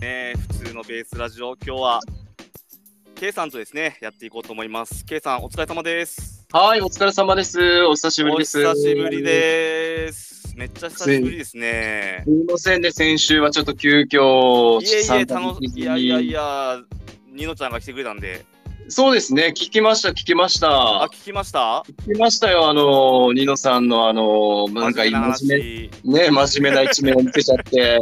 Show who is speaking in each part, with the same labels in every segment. Speaker 1: ね、普通のベースラジオ、今日は K さんとですね、やっていこうと思います。K さん、お疲れ様です。
Speaker 2: はい、お疲れ様です。お久しぶり
Speaker 1: お
Speaker 2: です。
Speaker 1: 久しぶりです。めっちゃ久しぶりですね。
Speaker 2: す。いませんね、先週はちょっと急遽、
Speaker 1: いえいえ、
Speaker 2: 参加
Speaker 1: 楽
Speaker 2: で
Speaker 1: し
Speaker 2: き
Speaker 1: い。い
Speaker 2: ずに
Speaker 1: やいやいや、ニノちゃんが来てくれたんで。
Speaker 2: そうですね、聞きました、聞きまし
Speaker 1: あ、
Speaker 2: た。
Speaker 1: 聞きました
Speaker 2: 聞きましたよ、あの、ニノさんの、あの、なんか真
Speaker 1: 真面目な
Speaker 2: 面
Speaker 1: 話
Speaker 2: 目、ね、真面目な一面を見せちゃ って。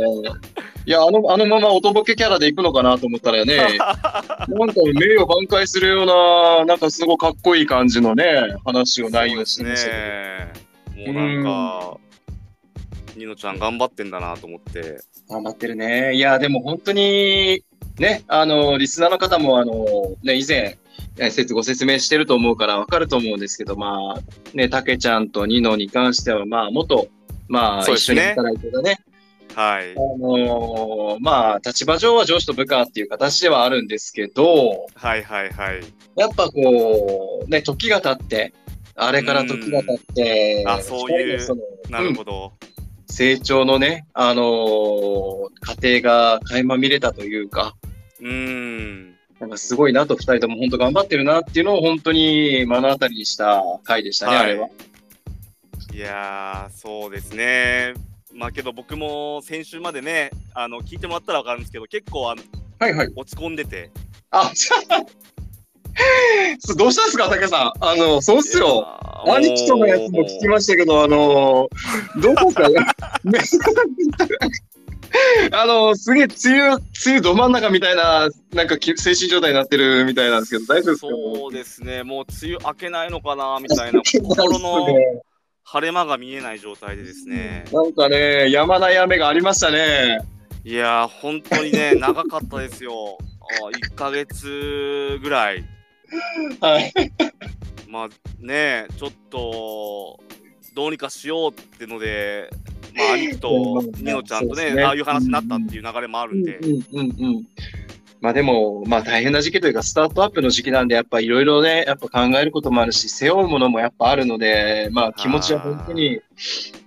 Speaker 2: いや、あの、あのままおとぼけキャラで行くのかなと思ったら ね、なんか名誉挽回するような、なんかすごいかっこいい感じのね、話を内容してましたけど。
Speaker 1: ね。もうなんか、ニノちゃん頑張ってんだなと思って。
Speaker 2: 頑張ってるね。いや、でも本当に、ね、あの、リスナーの方も、あの、ね、以前、えせつご説明してると思うからわかると思うんですけど、まあ、ね、たけちゃんとニノに関しては、まあ、元、まあ、
Speaker 1: そうで
Speaker 2: 一
Speaker 1: す
Speaker 2: 緒に
Speaker 1: ね
Speaker 2: 働いてたね、
Speaker 1: はい
Speaker 2: あ。の、まあ、立場上は上司と部下っていう形ではあるんですけど、
Speaker 1: はいはいはい。
Speaker 2: やっぱこう、ね、時が経って、あれから時が経って、
Speaker 1: うんあそういう
Speaker 2: 二人のその
Speaker 1: なるほど。
Speaker 2: 成長のね、あの過程が垣間見れたというか、
Speaker 1: うーん。
Speaker 2: なんかすごいなと二人とも本当頑張ってるなっていうのを本当に目の当たりにした回でしたね、あれは。
Speaker 1: いやー、そうですね。まあけど僕も先週までね、あの聞いてもらったら分かるんですけど、結構あの
Speaker 2: はいはい。
Speaker 1: 落ち込んでて。
Speaker 2: あ、 じゃあそうどうしたんですか、竹さん。あの、そうっすよ。
Speaker 1: いやー
Speaker 2: 兄貴とのやつも聞きましたけど、あの、どうで すかめあの、すげえ、梅雨、梅雨ど真ん中みたいな、なんかき精神状態になってるみたいなんですけど、大丈夫ですか
Speaker 1: そうですね、もう梅雨明けないのかなみ たいな、心
Speaker 2: そう
Speaker 1: の
Speaker 2: ですね
Speaker 1: 晴れ間が見えない状態でですね、
Speaker 2: なんかね、やまない雨がありましたね。
Speaker 1: いやー、本当にね、長かったですよ、あ1ヶ月ぐらい、
Speaker 2: はい。
Speaker 1: まあね、ちょっとどうにかしようってので、まあ、兄貴 とニノちゃんと
Speaker 2: そう
Speaker 1: ね
Speaker 2: ですね
Speaker 1: ああいう話になったっていう流れもあるんで、
Speaker 2: うんうんうんうん。まあでも、まあ大変な時期というか、スタートアップの時期なんで、やっぱいろいろね、やっぱ考えることもあるし、背負うものもやっぱあるので、まあ気持ちは本当に、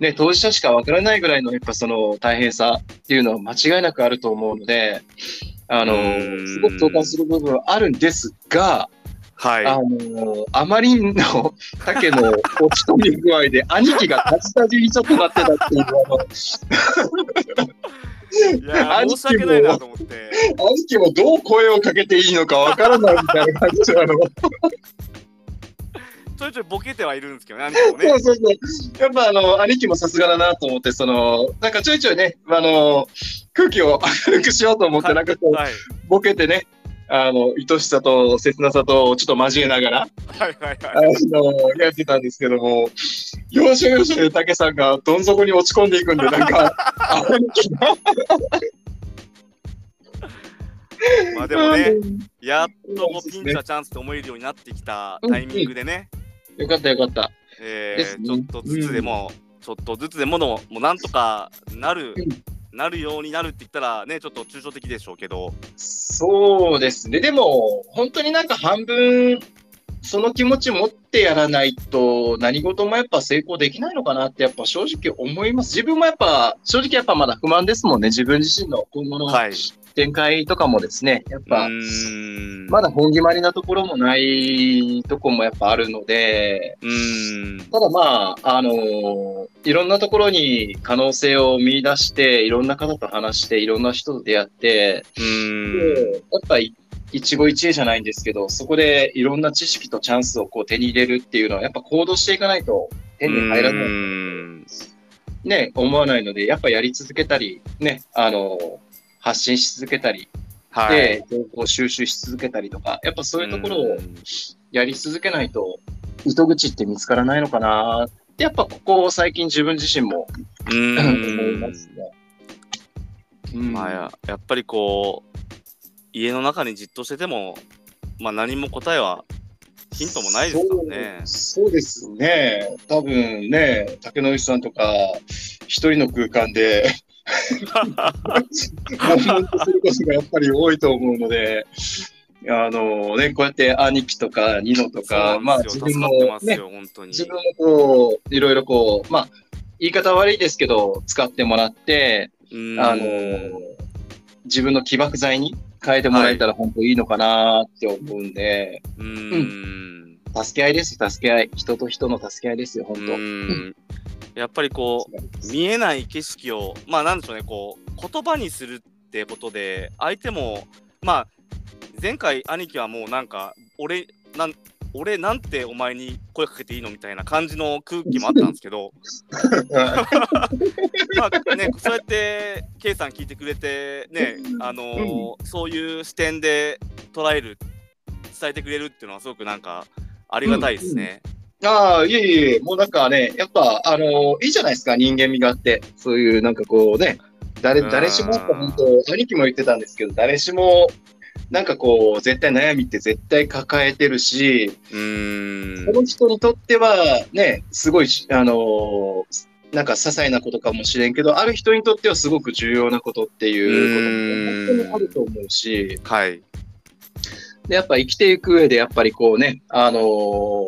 Speaker 2: ね、当事者しかわからないぐらいの、やっぱその大変さっていうのは間違いなくあると思うので、あの
Speaker 1: うーん、
Speaker 2: すごく共感する部分はあるんですが、
Speaker 1: はい、
Speaker 2: あの、あまりの竹の落ち込み具合で、兄貴が立ちたじりちょっとなってたっていう、あの、
Speaker 1: いやー申し訳ないなと思って。
Speaker 2: 兄貴もどう声をかけていいのかわからないみたいな感じなの。
Speaker 1: ちょいちょいボケてはいるんですけどね、兄貴もね
Speaker 2: そ。うそうそう。やっぱあの、兄貴もさすがだなと思って、その、なんかちょいちょいね、あの、空気を明るくしようと思って、なんかこ
Speaker 1: はい、
Speaker 2: う、ボケてね、あの、愛しさと切なさとちょっと交えながら、
Speaker 1: はい、はい、
Speaker 2: あ
Speaker 1: はい。
Speaker 2: の、やってたんですけども、要所要所で竹さんがどん底に落ち込んでいくんで、なんか、兄貴が
Speaker 1: まあでも ね、
Speaker 2: うん
Speaker 1: やっとこうピンチはチャンスって思えるようになってきたタイミングでね、
Speaker 2: よかったよかった。
Speaker 1: え
Speaker 2: で
Speaker 1: ー
Speaker 2: すね
Speaker 1: ちょっとずつでも、ちょっとずつでもの、もうなんとかなる、なるようになるって言ったらね、ちょっと抽象的でしょうけど、
Speaker 2: そうですね。でも、本当になんか半分、その気持ち持ってやらないと、何事もやっぱ成功できないのかなって、やっぱ正直思います。自分もやっぱ、正直やっぱまだ不満ですもんね。自分自身の今後の
Speaker 1: はい。
Speaker 2: 展開とかもですね。やっ
Speaker 1: う
Speaker 2: ぱ、
Speaker 1: ーん。
Speaker 2: まだ本決まりなところもないとこもやっぱあるので、
Speaker 1: うーん。
Speaker 2: ただまあ、あのーいろんなところに可能性を見出して、いろんな方と話して、いろんな人と出会って、
Speaker 1: うーん。
Speaker 2: やっぱり一期一会じゃないんですけど、そこでいろんな知識とチャンスをこう手に入れるっていうのは、やっぱ行動していかないと手に入ら
Speaker 1: う
Speaker 2: ない、
Speaker 1: ーん
Speaker 2: ね、思わないので、やっぱやり続けたり、ね、あの、発信し続けたり、
Speaker 1: はい。
Speaker 2: で、情報収集し続けたりとか、やっぱそういうところを
Speaker 1: うん
Speaker 2: やり続けないと、糸口って見つからないのかなって、やっぱここ最近自分自身も
Speaker 1: う
Speaker 2: 思い
Speaker 1: ー
Speaker 2: ま
Speaker 1: ん
Speaker 2: す。ね。うん
Speaker 1: まあややっぱりこう家の中にじっとしてても、まあ、何も答えはヒントもないですからね
Speaker 2: そうそうですね。多分ね、竹野内さんとか、一人の空間 で、悶々とすることがやっぱり多いと思うので、あのね、こうやって兄貴とか、ニノとか、
Speaker 1: そう
Speaker 2: ま
Speaker 1: な
Speaker 2: あ
Speaker 1: んです
Speaker 2: 自
Speaker 1: よ助
Speaker 2: 分
Speaker 1: か
Speaker 2: も
Speaker 1: ってます
Speaker 2: ね、
Speaker 1: よ、本当に
Speaker 2: 自分もこう、いろいろこう、まあ、言い方悪いですけど、使ってもらって、
Speaker 1: うん
Speaker 2: あの、自分の起爆剤に変えてもらえたら本当いいのかなって思うんで、
Speaker 1: うーん。
Speaker 2: 助け合いですよ、助け合い。人と人の助け合いですよ、本
Speaker 1: う
Speaker 2: 当。
Speaker 1: ーん。やっぱりこう、見えない景色を、まあなんでしょうね、こう、言葉にするってことで、相手も、まあ、前回兄貴はもうなんか、俺、なん、俺なんてお前に声かけていいのみたいな感じの空気もあったんですけ ど、まあね、そうやって K さん聞いてくれてね、あのーそういう視点で捉える伝えてくれるっていうのはすごくなんかありがたいですね。
Speaker 2: ああ、いえいえいえ、もうなんかね、やっぱ、あのいいじゃないですか、人間味があって。そういう、なんかこうね、誰、
Speaker 1: うん
Speaker 2: 誰しも、本当、兄貴も言ってたんですけど、誰しも、なんかこう、絶対悩みって絶対抱えてるし、
Speaker 1: うーん
Speaker 2: この人にとっては、ね、すごいし、あのなんか些細なことかもしれんけど、ある人にとってはすごく重要なことっていう
Speaker 1: う
Speaker 2: ことも
Speaker 1: ん
Speaker 2: 本当にあると思うし、
Speaker 1: はい。
Speaker 2: で、やっぱ生きていく上で、やっぱりこうね、あのー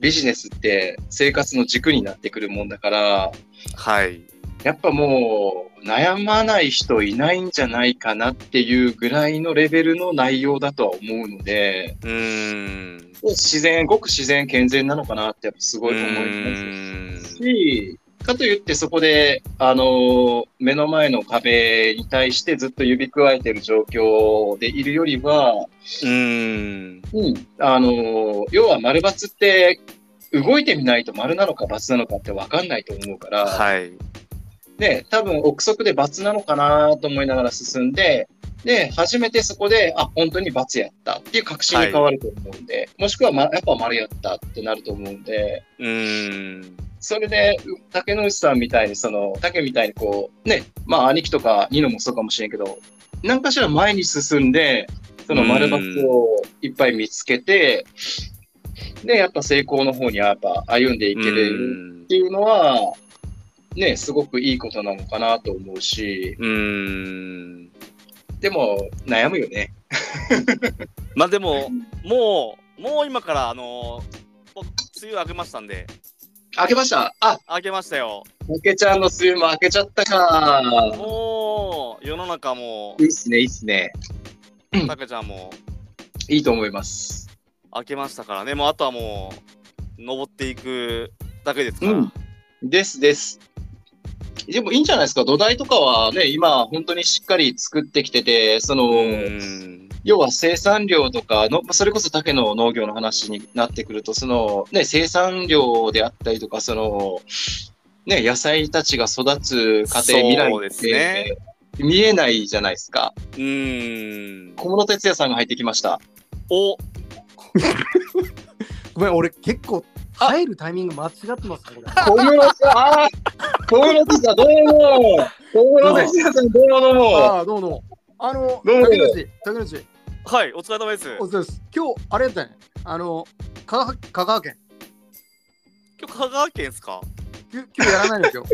Speaker 2: ビジネスって生活の軸になってくるもんだから、
Speaker 1: はい。
Speaker 2: やっぱもう悩まない人いないんじゃないかなっていうぐらいのレベルの内容だとは思うので、
Speaker 1: うーん。
Speaker 2: 自然、ごく自然健全なのかなってやっぱすごい思
Speaker 1: う
Speaker 2: います
Speaker 1: ーん
Speaker 2: し、かといってそこで、あのー目の前の壁に対してずっと指くわえてる状況でいるよりは、
Speaker 1: うーん。
Speaker 2: うん、あの要は丸×って動いてみないと丸なのか×なのかって分かんないと思うから、
Speaker 1: はい。
Speaker 2: で多分憶測で×なのかなと思いながら進んでで初めてそこであ本当に×やったっていう確信に変わると思うんで、もしくは、ま、やっぱ丸やったってなると思うんで
Speaker 1: うーん。
Speaker 2: それでう竹野内さんみたいにその竹みたいにこうねまあ兄貴とかニノもそうかもしれんけど何かしら前に進んでその丸バツをいっぱい見つけてでやっぱ成功の方にはやっぱ歩んでいけるっていうのはねすごくいいことなのかなと思うし
Speaker 1: うーん。
Speaker 2: でも悩むよね。
Speaker 1: まあでも、もう、もう今から、あのー、僕梅雨明けましたんで、
Speaker 2: 開けましたあ
Speaker 1: 明けましたよ。
Speaker 2: 明けちゃんの梅雨も開けちゃったか。
Speaker 1: もう、世の中も
Speaker 2: い、いっすねいいっすね
Speaker 1: たけちゃんも、
Speaker 2: いいと思います。
Speaker 1: 開けましたからね、もうあとはもう、登っていくだけですから。
Speaker 2: うんですです。でもいいんじゃないですか、土台とかはね、今、本当にしっかり作ってきてて、その、
Speaker 1: うん
Speaker 2: 要は生産量とかの、まあそれこそ竹の農業の話になってくると、その、ね、生産量であったりとか、その、ね、野菜たちが育つ過程、未来
Speaker 1: そう
Speaker 2: っ
Speaker 1: ですね
Speaker 2: て、見えないじゃないですか。
Speaker 1: うん。
Speaker 2: 小室哲哉さんが入ってきました。
Speaker 1: お、
Speaker 3: ごめん、俺結構入るタイミング間違ってます ね、これ。
Speaker 2: 小室さん、あー小室哲哉、どうも小室哲哉さん、どうもどうも
Speaker 3: ああ、どうもどうも。あの、
Speaker 2: どうも
Speaker 3: 竹内、竹内、
Speaker 1: はい、お疲れ様です。今
Speaker 3: お疲れ様です。今日、あれだったね。あの、香川香川県、
Speaker 1: 日香川県ですか
Speaker 3: きゅ今日やらないんで すよ。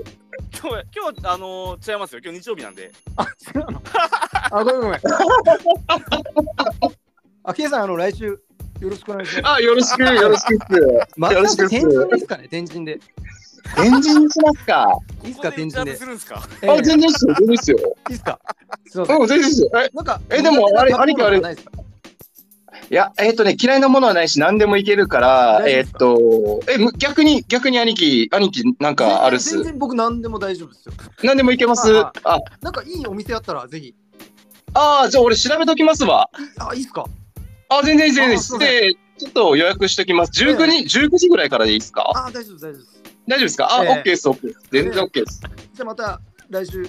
Speaker 1: 今日、今日、あのー違いますよ。今日日曜日なんで。
Speaker 3: あ、違うの。あ、ごめんごめん。 あ、ケイさん、あの、来週、よろしくお願いします。
Speaker 2: あ、よろしく、よろしくっす。
Speaker 3: ま
Speaker 2: よろしくっす
Speaker 3: 天神ですかね、天神で。
Speaker 2: 天神にしますか。
Speaker 3: いいっす
Speaker 1: ここで
Speaker 3: か、
Speaker 1: 打
Speaker 3: 天
Speaker 1: ち合わせ
Speaker 3: 神で。
Speaker 1: するんですか
Speaker 3: え
Speaker 2: あ、
Speaker 3: ー
Speaker 2: 全然っすよ、全然っすよ。
Speaker 3: いいっすか。すいません。
Speaker 2: うん、全然っすよ。え、
Speaker 3: なんか、
Speaker 2: えでもあれ兄貴あれ
Speaker 3: ないっすか
Speaker 2: いや、えっ、とね、嫌いなものはないし、何でもいけるから、
Speaker 3: 大丈夫
Speaker 2: え
Speaker 3: で
Speaker 2: っ、
Speaker 3: すか
Speaker 2: と、え、む逆に、逆に兄貴、兄貴なんかあるっ
Speaker 3: 全
Speaker 2: す。
Speaker 3: 然僕何でも大丈夫ですよ。
Speaker 2: 何でもいけます
Speaker 3: あ
Speaker 2: あ、あ
Speaker 3: なんかいいお店あったらぜひ。い
Speaker 2: あー、じゃあ俺調べときますわ。
Speaker 3: あ、いいっすか。
Speaker 2: あ、全然いいで
Speaker 3: あ
Speaker 2: す
Speaker 3: そ
Speaker 2: 全
Speaker 3: うだ
Speaker 2: 然いいです。で、ちょっと予約しときます。19
Speaker 3: え
Speaker 2: 時、19時ぐらいからでいいですか
Speaker 3: あー、大丈夫です、大丈夫です。
Speaker 2: 大丈夫ですかあ、
Speaker 3: ええ
Speaker 2: オッケーです、オッケーです。全然オッケーです。
Speaker 3: じゃあまた来週よ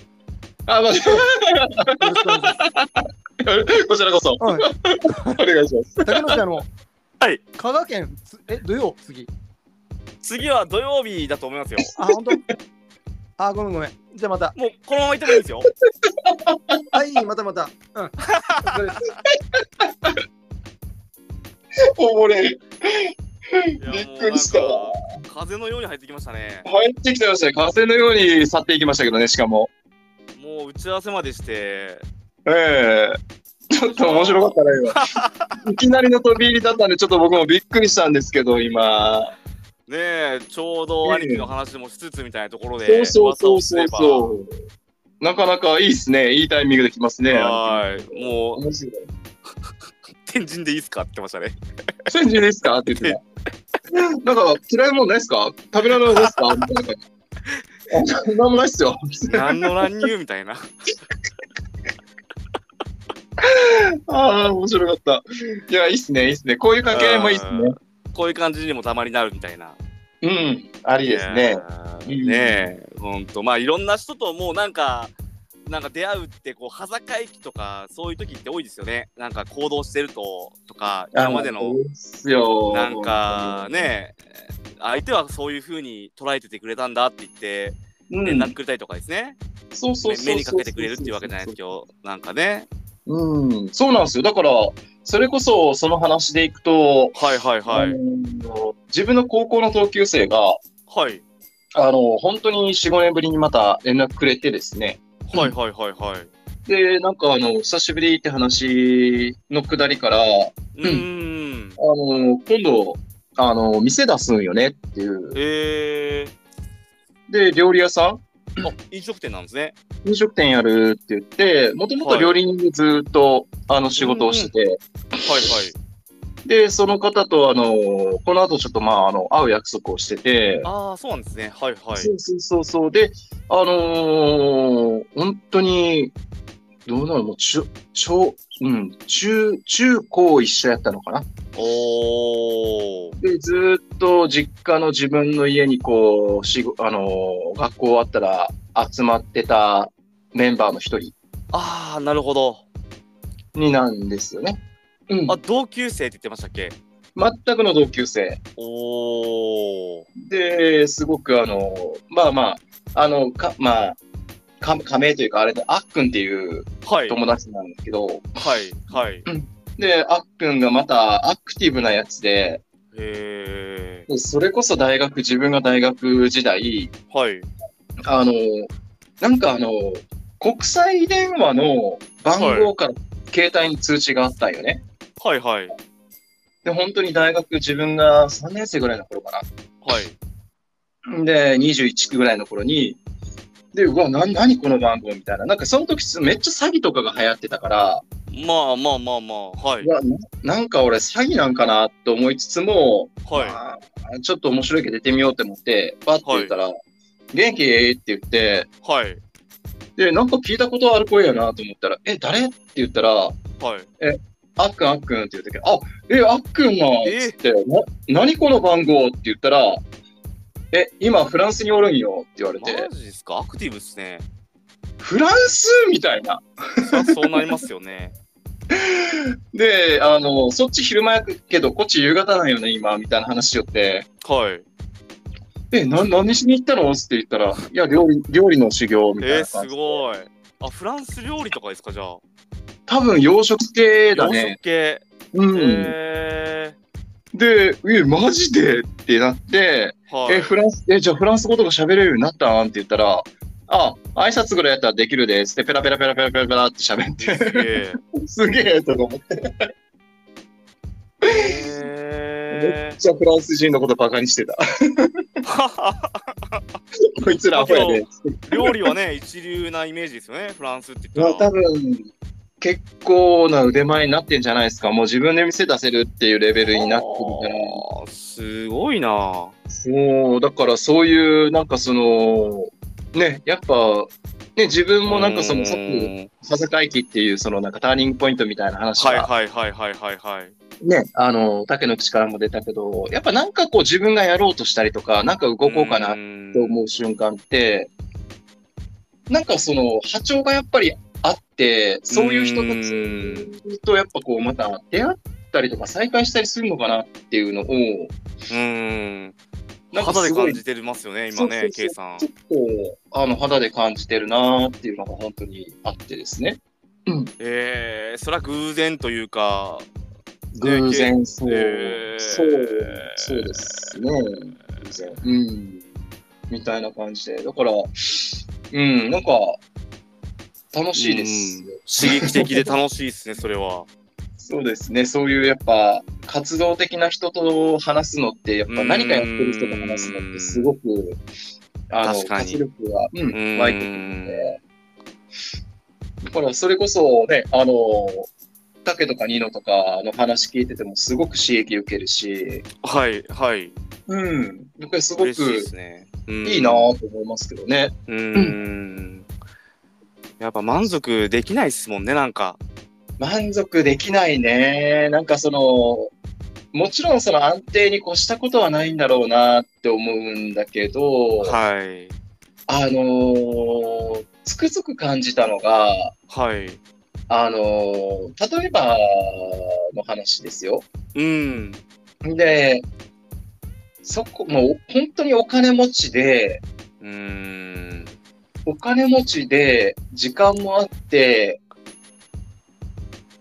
Speaker 2: あ、ま あ、
Speaker 3: ろしくお願いします。
Speaker 2: こちらこそ、
Speaker 3: はい、
Speaker 2: お願いし ます。
Speaker 3: 竹野さんあの、
Speaker 1: はい、
Speaker 3: 香川県つえ土曜次。
Speaker 1: 次は土曜日だと思いますよ。
Speaker 3: あ本当。あごめんごめん。じゃあまた。
Speaker 1: もう、このまま行ってもいいですよ。
Speaker 3: はいまたまた。 うん。お疲れです
Speaker 2: おもれ、び
Speaker 1: いや
Speaker 2: っくりした。
Speaker 1: もうなんか風のように入ってきましたね。
Speaker 2: 入ってきてましたね。風のように去っていきましたけどね、しかも。
Speaker 1: もう打ち合わせまでして、
Speaker 2: ええちょっと面白かったね、 今。いきなりの飛び入りだったんで、ちょっと僕もびっくりしたんですけど、今。
Speaker 1: ねえ、ちょうど兄貴の話もしつつみたいなところで、
Speaker 2: そうそうそ
Speaker 1: 噂
Speaker 2: うそ
Speaker 1: を
Speaker 2: う
Speaker 1: すれば
Speaker 2: そう。なかなかいいですね。いいタイミングできますね。
Speaker 1: はい。もう、
Speaker 2: 面白い。
Speaker 1: 天神でいいっすかって言ってましたね。
Speaker 2: 千住ですかって言って た。なんか、嫌いもんないですか食べられないですかみたいな感じ。あなんもないっすよ。
Speaker 1: 何の乱入みた いな。
Speaker 2: ああ、面白かった。いや、いいっすね、いいっすね。こういう掛け合いもいいっすね。
Speaker 1: うんこういう感じにもたまになるみたいな。
Speaker 2: うん、ありですね。
Speaker 1: いやー。ねえ、ほんと、まあいろんな人ともうなんか、なんか出会うって、こう、はざかい期とか、そういう時って多いですよね。なんか行動してると、とか、今まで
Speaker 2: あ
Speaker 1: の
Speaker 2: い、いっすよ。
Speaker 1: なんか、ねえ、相手はそういうふうに捉えててくれたんだって言って、
Speaker 2: う
Speaker 1: 連絡
Speaker 2: ん、
Speaker 1: くれたりとかですね、
Speaker 2: そうそうそうそう
Speaker 1: 目にかけてくれるっていうわけじゃないですけど、なんかね。
Speaker 2: うん、そうなんですよ。だから、それこそその話でいくと、
Speaker 1: はいはいは
Speaker 2: あ
Speaker 1: い。
Speaker 2: の自分の高校の同級生が、
Speaker 1: はい。
Speaker 2: あの、本当に4、5年ぶりにまた連絡くれてですね。
Speaker 1: はいはいはいはい。
Speaker 2: で、なんかあの、久しぶりって話のくだりから、あ
Speaker 1: うーん。
Speaker 2: の、今度、あの、店出すんよねっていう。
Speaker 1: え
Speaker 2: で、料理屋さ
Speaker 1: ー、あ飲食店なんですね。
Speaker 2: ん飲食店やるって言って、もとも
Speaker 1: は
Speaker 2: と
Speaker 1: い
Speaker 2: 料理人でずっと、あの、仕事をしてて、
Speaker 1: はい
Speaker 2: で、その方と、あの、この後ちょっと、まあ、あの、会う約束をして
Speaker 1: は
Speaker 2: て、
Speaker 1: い。ああ、そうなんですね。はいはい。
Speaker 2: そうそうそうそう。で、あのー本当に、どうなのもう中、小、うん、中、中高一緒やったのかな。
Speaker 1: おお。
Speaker 2: で、ずーっと実家の自分の家にこう、しごあのー学校終わったら集まってたメンバーの一人
Speaker 1: ああ、なるほど。
Speaker 2: になんですよね。うん
Speaker 1: あ、。同級生って言ってましたっけ
Speaker 2: 全くの同級生。
Speaker 1: おお。
Speaker 2: で、すごくあの、まあまあ、あの、か、まあ、か仮名というか、あれで、あっくんっていう
Speaker 1: はい。
Speaker 2: 友達なんだけど、
Speaker 1: はい。はい。
Speaker 2: で、あっくんがまたアクティブなやつで、
Speaker 1: へえ。
Speaker 2: それこそ大学、自分が大学時代、
Speaker 1: はい。
Speaker 2: あの、なんかあの、国際電話の番号から携帯に通知があったんよね。
Speaker 1: はいはい。
Speaker 2: で、本当に大学、自分が3年生ぐらいの頃かな。
Speaker 1: はい。
Speaker 2: で、21ぐらいの頃に、で、うわ、な、何この番号みたいな。なんかその時めっちゃ詐欺とかが流行ってたから、。
Speaker 1: まあまあまあまあ。はいう
Speaker 2: わ、ななんか俺詐欺なんかなと思いつつも、
Speaker 1: は
Speaker 2: まあちょっと面白いけど出てみようって思って、バッて言ったら、元気って言って、
Speaker 1: い。はい。
Speaker 2: で、なんか聞いたことある声やなと思ったら、え、誰って言ったら、
Speaker 1: はい。
Speaker 2: あっくんあっくんって言うとき、あ、え、あっくんなん
Speaker 1: え
Speaker 2: つって、な、何この番号って言ったら、え、今フランスにおるんよって言われて
Speaker 1: マ、ジですかアクティブっすね。
Speaker 2: フランスみたいな。
Speaker 1: そりゃそうなりますよね。
Speaker 2: で、あの、そっち昼間やけど、こっち夕方なんよね、今、みたいな話しよって、
Speaker 1: はい。
Speaker 2: え、な、何しに行ったのって言ったら、いや、料理、料理の修行、みたい
Speaker 1: えー、
Speaker 2: な感
Speaker 1: す
Speaker 2: じ。
Speaker 1: ごい。あ、フランス料理とかですかじゃあ。
Speaker 2: 多分洋食系だ
Speaker 1: 洋
Speaker 2: ね
Speaker 1: 食。系。
Speaker 2: うん。
Speaker 1: え
Speaker 2: で、え、マジでってなって、
Speaker 1: ー。はい。
Speaker 2: え、フランス、え、じゃあフランス語とか喋れるようになったんって言ったら、あ、挨拶ぐらいやったらできるですって、ペラペラペラペラペラペラって喋って、
Speaker 1: すげえ。
Speaker 2: すげえとか思って、め
Speaker 1: え
Speaker 2: っちゃフランス人のことバカにしてた。
Speaker 1: ー。
Speaker 2: こいつらアホやで、
Speaker 1: 料理はね、一流なイメージですよね、フランスって
Speaker 2: ま
Speaker 1: 言
Speaker 2: あ
Speaker 1: った
Speaker 2: 多
Speaker 1: ら。
Speaker 2: 分結構な腕前になってんじゃないですか。もう自分で店出せるっていうレベルになってるか
Speaker 1: あーすごいな。
Speaker 2: ら。もうだからそういうなんかそのねやっぱね自分もなんかそのさっき
Speaker 1: き。
Speaker 2: 佐々木っていうそのなんかターニングポイントみたいな話
Speaker 1: はい
Speaker 2: が
Speaker 1: はいはいはいはいはい。
Speaker 2: ねあの竹の口からも出たけどやっぱなんかこう自分がやろうとしたりとかなんか動こうかなって
Speaker 1: 思
Speaker 2: 思う瞬間ってなんかその波長がやっぱりあってそういう人たちとやっぱこうまた出会ったりとか再会したりするのかなっていうのを
Speaker 1: うん。
Speaker 2: なんか
Speaker 1: 肌です
Speaker 2: ご
Speaker 1: 感
Speaker 2: いち
Speaker 1: じてますよね、今ね、
Speaker 2: そうそうそう
Speaker 1: K さん。
Speaker 2: ょっとあの肌で感じてるなーっていうのが本当にあってですね
Speaker 1: えー、それは偶然というか、
Speaker 2: 偶然そう、
Speaker 1: えー
Speaker 2: そうそうですね偶然うんみたいな感じでだからうんなんか楽しいです、
Speaker 1: うん刺激的で楽しいですね、それは。
Speaker 2: そうですねそういうやっぱ活動的な人と話すのってやっぱ何かやってる人と話すのってすごくあの
Speaker 1: 確かに
Speaker 2: 活力が、う
Speaker 1: うん
Speaker 2: ん、湧いてくるのでだからそれこそね、あの、タケとかニノとかの話聞いててもすごく刺激受けるし、
Speaker 1: はいはい。
Speaker 2: うん、やっぱりすご
Speaker 1: 嬉しいで
Speaker 2: く
Speaker 1: すね。うん
Speaker 2: いいなぁと思いますけどね。
Speaker 1: うーん。やっぱ満足できないっすもんね、なんか。
Speaker 2: 満足できないね。なんかその、もちろんその安定に越したことはないんだろうなって思うんだけど、
Speaker 1: はい。
Speaker 2: あのーつくづく感じたのが、
Speaker 1: はい。
Speaker 2: あのー例えばの話ですよ。
Speaker 1: うん。
Speaker 2: で、そこ、もう本当にお金持ちで、
Speaker 1: うーん。
Speaker 2: お金持ちで、時間もあって、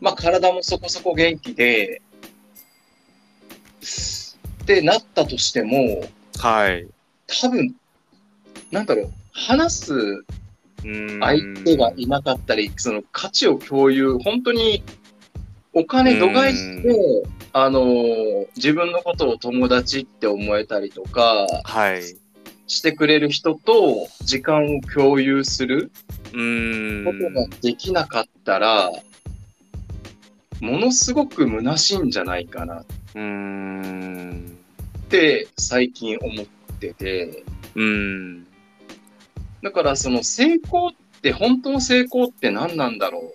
Speaker 2: まあ体もそこそこ元気で、ってなったとしても、
Speaker 1: はい。
Speaker 2: 多分、なんだろう、話す
Speaker 1: うーん
Speaker 2: 相手がいなかったり、その価値を共有、本当にお金度外視で、あのー、自分のことを友達って思えたりとか
Speaker 1: はい。う
Speaker 2: してくれる人と時間を共有する。
Speaker 1: ーん。
Speaker 2: ことができなかったら、ものすごく虚しいんじゃないかなっ
Speaker 1: うーん。
Speaker 2: て最近思ってて、
Speaker 1: うーん。
Speaker 2: だからその成功って、本当の成功って何なんだろ
Speaker 1: う
Speaker 2: うっ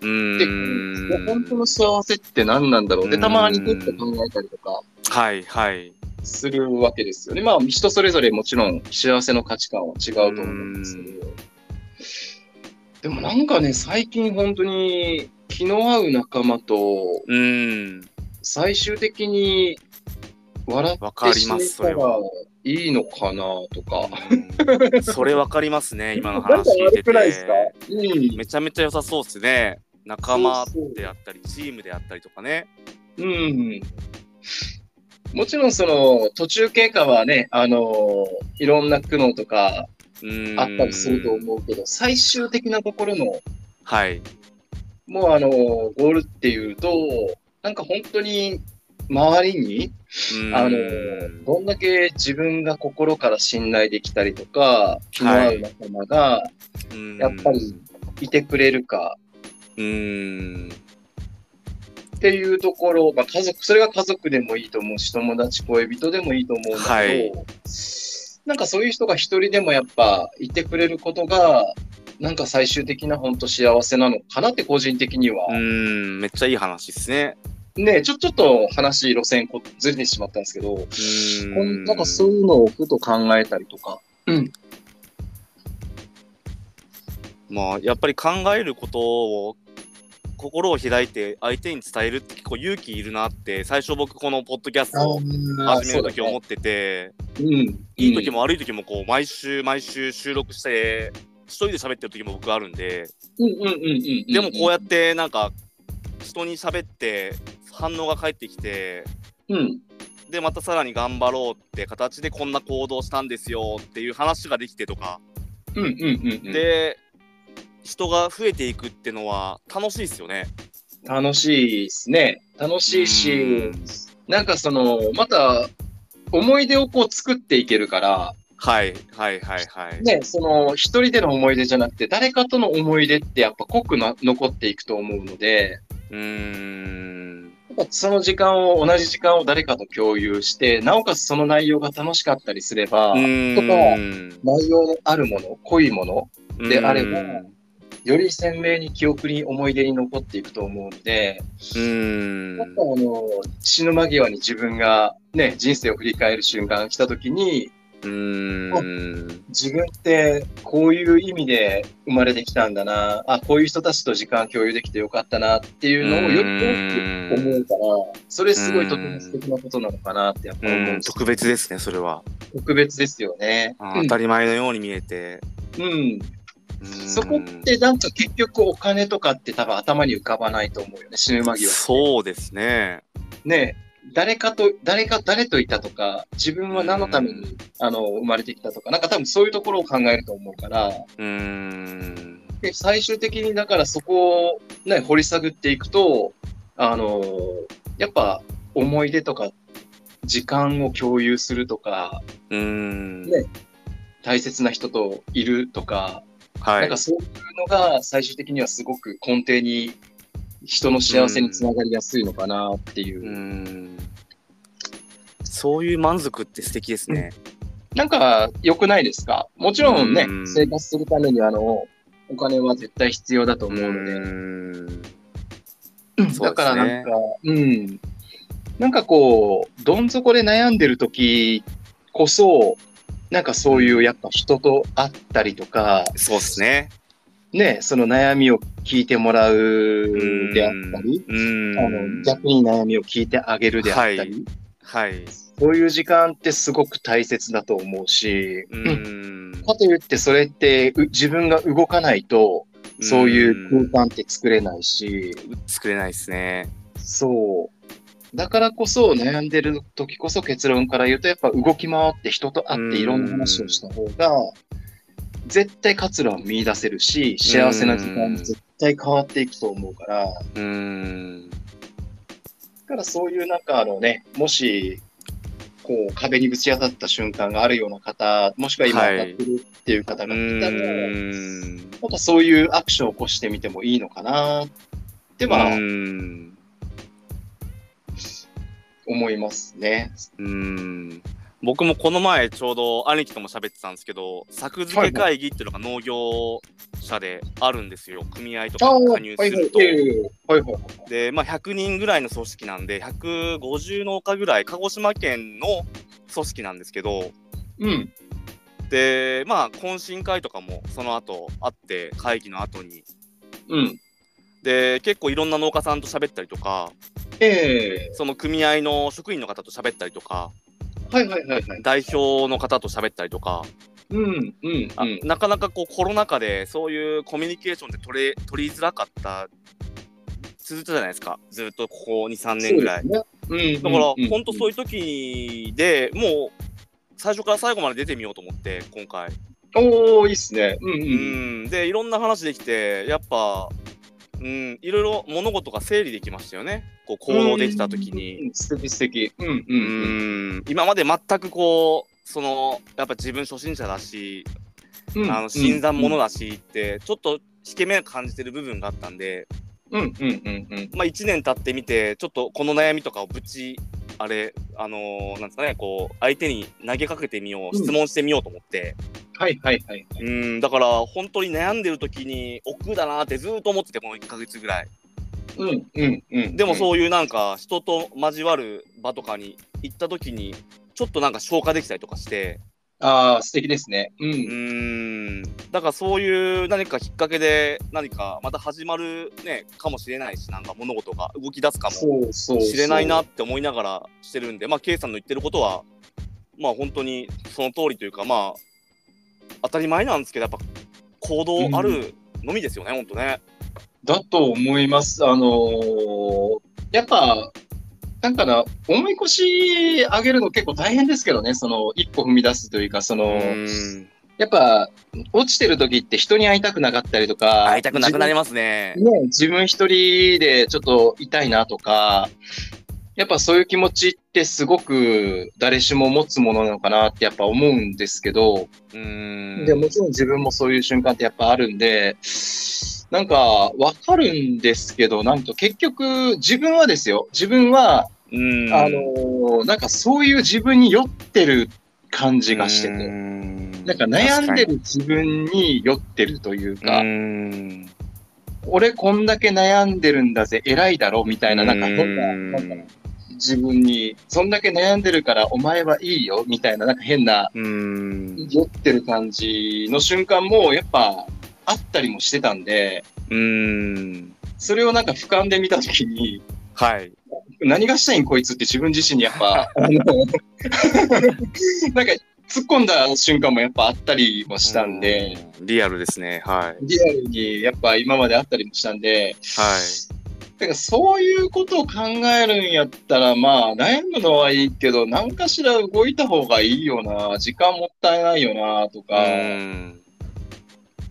Speaker 2: て、
Speaker 1: ーん。
Speaker 2: 本当の幸せって何なんだろうで、
Speaker 1: うん
Speaker 2: たまにちょっと考えたりとか
Speaker 1: はいはい。
Speaker 2: するわけですよね。まあ人それぞれもちろん幸せの価値観は違うと思うんですけど。でもなんかね、最近本当に気の合う仲間と
Speaker 1: うーん。
Speaker 2: 最終的に笑って
Speaker 1: わかり
Speaker 2: 死
Speaker 1: ま
Speaker 2: ね
Speaker 1: すそ
Speaker 2: た
Speaker 1: れ
Speaker 2: ら
Speaker 1: はい
Speaker 2: いのかなとか。
Speaker 1: うんそれわかりますね、今の話聞いてて。
Speaker 2: うん。
Speaker 1: めちゃめちゃ良さそうですね。仲間であったり、チームであったりとかね。
Speaker 2: うん。もちろんその途中経過はね、あのいろんな苦悩とか
Speaker 1: うーん
Speaker 2: あったりすると思うけど、最終的なところの、
Speaker 1: はい。
Speaker 2: もうあのゴールっていうと、なんか本当に周りに、あのどんだけ自分が心から信頼できたりとか、気の合う仲間が、やっぱりいてくれるか
Speaker 1: うーん。
Speaker 2: っていうところ、まあ、家族、それが家族でもいいと思うし、友達、恋人でもいいと思うんだけど、
Speaker 1: はい
Speaker 2: なんかそういう人が一人でもやっぱいてくれることが、なんか最終的な本当幸せなのかなって個人的には
Speaker 1: う。ーん。めっちゃいい話ですね。
Speaker 2: ねちょ、ちょっと話、路線こずれてしまったんですけど、
Speaker 1: うー
Speaker 2: こんなんかそういうのをふと考えたりとか。
Speaker 1: まあ、やっぱり考えることを心を開いて相手に伝えるって結構勇気いるなって最初僕このポッドキャストを始める時思ってて、
Speaker 2: うん。
Speaker 1: いい時も悪い時もこう毎週毎週収録して一人で喋ってる時も僕あるんで
Speaker 2: うんうんうんうんうん。
Speaker 1: でもこうやってなんか人に喋って反応が返ってきて
Speaker 2: うん。
Speaker 1: でまたさらに頑張ろうって形でこんな行動したんですよっていう話ができてとか
Speaker 2: うんうんうんうん。
Speaker 1: で人が増えていくってのは楽しいですよね。
Speaker 2: 楽しいですね。楽しいし
Speaker 1: う、ん
Speaker 2: なんかその、また、思い出をこう作っていけるから、
Speaker 1: はいはいはいはい。
Speaker 2: ね、その、一人での思い出じゃなくて、誰かとの思い出ってやっぱ濃くな残っていくと思うので、
Speaker 1: うーん。
Speaker 2: やっぱその時間を、同じ時間を誰かと共有して、なおかつその内容が楽しかったりすれば、
Speaker 1: うーん
Speaker 2: 内容のあるもの、濃いもの、であれば
Speaker 1: う
Speaker 2: より鮮明に記憶に思い出に残っていくと思うので、
Speaker 1: ーん
Speaker 2: やっぱあの、死ぬ間際に自分がね、人生を振り返る瞬間が来た時に、
Speaker 1: うーん。
Speaker 2: 自分ってこういう意味で生まれてきたんだなあこういう人たちと時間共有できてよかったなっていうのをより多く思うからそれすごいとても素敵なことなのかなってやっぱ思
Speaker 1: う
Speaker 2: うん
Speaker 1: 特別ですね、それは。
Speaker 2: 特別ですよね。
Speaker 1: あー当たり前のように見えて。
Speaker 2: うん、
Speaker 1: うーん
Speaker 2: そこってなんか結局お金とかって多分頭に浮かばないと思うよね死ぬ間際。
Speaker 1: そうですね。
Speaker 2: ね誰かと誰か誰といたとか自分は何のため
Speaker 1: う
Speaker 2: にあの生まれてきたとかなんか多分そういうところを考えると思うから。
Speaker 1: うーん。
Speaker 2: で最終的にだからそこを、ね、掘り下げっていくと、あのーやっぱ思い出とか時間を共有するとか
Speaker 1: うーん。
Speaker 2: ね大切な人といるとか
Speaker 1: は
Speaker 2: なん
Speaker 1: い
Speaker 2: か。そういうのが最終的にはすごく根底に人の幸せにつながりやすいのかなっていうう、
Speaker 1: ーん。そういう満足って素敵ですね。
Speaker 2: なんか良くないですかもちろんね、
Speaker 1: うん
Speaker 2: 生活するためにあのお金は絶対必要だと思うので、
Speaker 1: ん。
Speaker 2: だからなんかう,、んなんかこうどん底で悩んでる時こそなんかそういうやっぱ人と会ったりとか、
Speaker 1: そうですね。
Speaker 2: ね、その悩みを聞いてもらうであったり、
Speaker 1: うん。
Speaker 2: あの逆に悩みを聞いてあげるであったり、
Speaker 1: はいはい。
Speaker 2: そういう時間ってすごく大切だと思うし、
Speaker 1: う
Speaker 2: うん
Speaker 1: ん。
Speaker 2: かといってそれってう自分が動かないとそういう空間って作れないし、
Speaker 1: うん作れないですね。
Speaker 2: そうだからこそ悩んでる時こそ結論から言うとやっぱ動き回って人と会っていろんな話をした方が絶対活路は見出せるし幸せな時間も絶対変わっていくと思うから。
Speaker 1: うん。
Speaker 2: だからそういうなんかあのね、もし、こう壁にぶち当たった瞬間があるような方、もしくは今
Speaker 1: は
Speaker 2: 当た
Speaker 1: い
Speaker 2: ってるっていう方
Speaker 1: う
Speaker 2: がいたら、
Speaker 1: ん。
Speaker 2: なんかそういうアクションを起こしてみてもいいのかなっては
Speaker 1: うん。
Speaker 2: 思いますね。
Speaker 1: うん。僕もこの前ちょうど兄貴とも喋ってたんですけど、作付け会議っていうのが農業者であるんですよ。組合とかに加入
Speaker 2: は
Speaker 1: す
Speaker 2: いはい
Speaker 1: ると。
Speaker 2: はいはい。
Speaker 1: で、まあ、100人ぐらいの組織なんで、150農家ぐらい、鹿児島県の組織なんですけど、
Speaker 2: うん。
Speaker 1: で、まあ、懇親会とかもその後あって、会議の後に。
Speaker 2: うん。
Speaker 1: で、結構いろんな農家さんと喋ったりとか、
Speaker 2: ええ
Speaker 1: その組合の職員の方と喋ったりとか、
Speaker 2: はいはいはいはい。
Speaker 1: 代表の方と喋ったりとか、
Speaker 2: うんうん
Speaker 1: あなかなかこうコロナ禍でそういうコミュニケーションって取れ取りづらかった、続いたじゃないですか、ずっとここ2、3年ぐらい。
Speaker 2: そうですね。うん。
Speaker 1: だから、
Speaker 2: うん
Speaker 1: ほんとそういう時でもう最初から最後まで出てみようと思って今回、
Speaker 2: おー、いいっすね。うんう。
Speaker 1: うんん、でいろんな話できてやっぱ、うん、いろいろ物事が整理できましたよねこう行動できた時に、
Speaker 2: うん。素敵素敵。うんう
Speaker 1: うん
Speaker 2: んうん。
Speaker 1: 今まで全くこうそのやっぱ自分初心者だし、
Speaker 2: うん
Speaker 1: あの新参者だしってちょっと引け目感じてる部分があったんで、
Speaker 2: うんうんうんうん。
Speaker 1: まあ、1年経ってみてちょっとこの悩みとかをぶちあれあのーなんですかねこう相手に投げかけてみよう
Speaker 2: うん
Speaker 1: 質問してみようと思って、
Speaker 2: はいはいはい。
Speaker 1: うん、だから本当に悩んでる時に億劫だなってずーっと思っててこの1ヶ月ぐらい
Speaker 2: うんうんうん。
Speaker 1: でも
Speaker 2: う。
Speaker 1: そういうなんか人と交わる場とかに行った時にちょっとなんか消化できたりとかして
Speaker 2: ああ、素敵ですね。う。
Speaker 1: うんんだからそういう何かきっかけで何かまた始まるねかもしれないしなんか物事が動き出すかも
Speaker 2: そうそうそう。
Speaker 1: 知れないなって思いながらしてるんで、まあ、K さんの言ってることは、まあ、本当にその通りというか、まあ、当たり前なんですけど、やっぱ行動あるのみですよね、本当ね。
Speaker 2: だと思います。あのーやっぱ、なんかな、思い越し上げるの結構大変ですけどね、その一歩踏み出すというか、その、
Speaker 1: うん
Speaker 2: やっぱ、落ちてる時って人に会いたくなかったりとか、
Speaker 1: 会いたくなくなりますね。
Speaker 2: ね、自分一人でちょっと痛いなとか、やっぱそういう気持ちってすごく誰しも持つものなのかなってやっぱ思うんですけど、
Speaker 1: うん
Speaker 2: でもちろん自分もそういう瞬間ってやっぱあるんで、なんかわかるんですけど、なんか結局自分はですよ、自分は、
Speaker 1: うん
Speaker 2: あのーなんかそういう自分に酔ってる感じがしてて、なんか悩んで
Speaker 1: る
Speaker 2: る自分に酔ってるというか、
Speaker 1: み
Speaker 2: 俺こんだけ悩んでるんだぜ、偉いだろみたいな、なんか変な、なんか自分に、そんだけ悩んでるからお前はいいよみたいな、なんか変な、
Speaker 1: うん
Speaker 2: 酔ってる感じの瞬間もやっぱあったりもしてたんで、
Speaker 1: うん
Speaker 2: それをなんか俯瞰で見たときに、
Speaker 1: はい。
Speaker 2: 何がしたいんこいつって自分自身にやっぱ、あのなんか突っ込んだ瞬間もやっぱあったりもしたんで、
Speaker 1: うん。リアルですね。はい。
Speaker 2: リアルにやっぱ今まであったりもしたんで、
Speaker 1: はい。
Speaker 2: だからそういうことを考えるんやったら、まあ、悩むのはいいけど、何かしら動いた方がいいよな、時間もったいないよな、とか、
Speaker 1: うん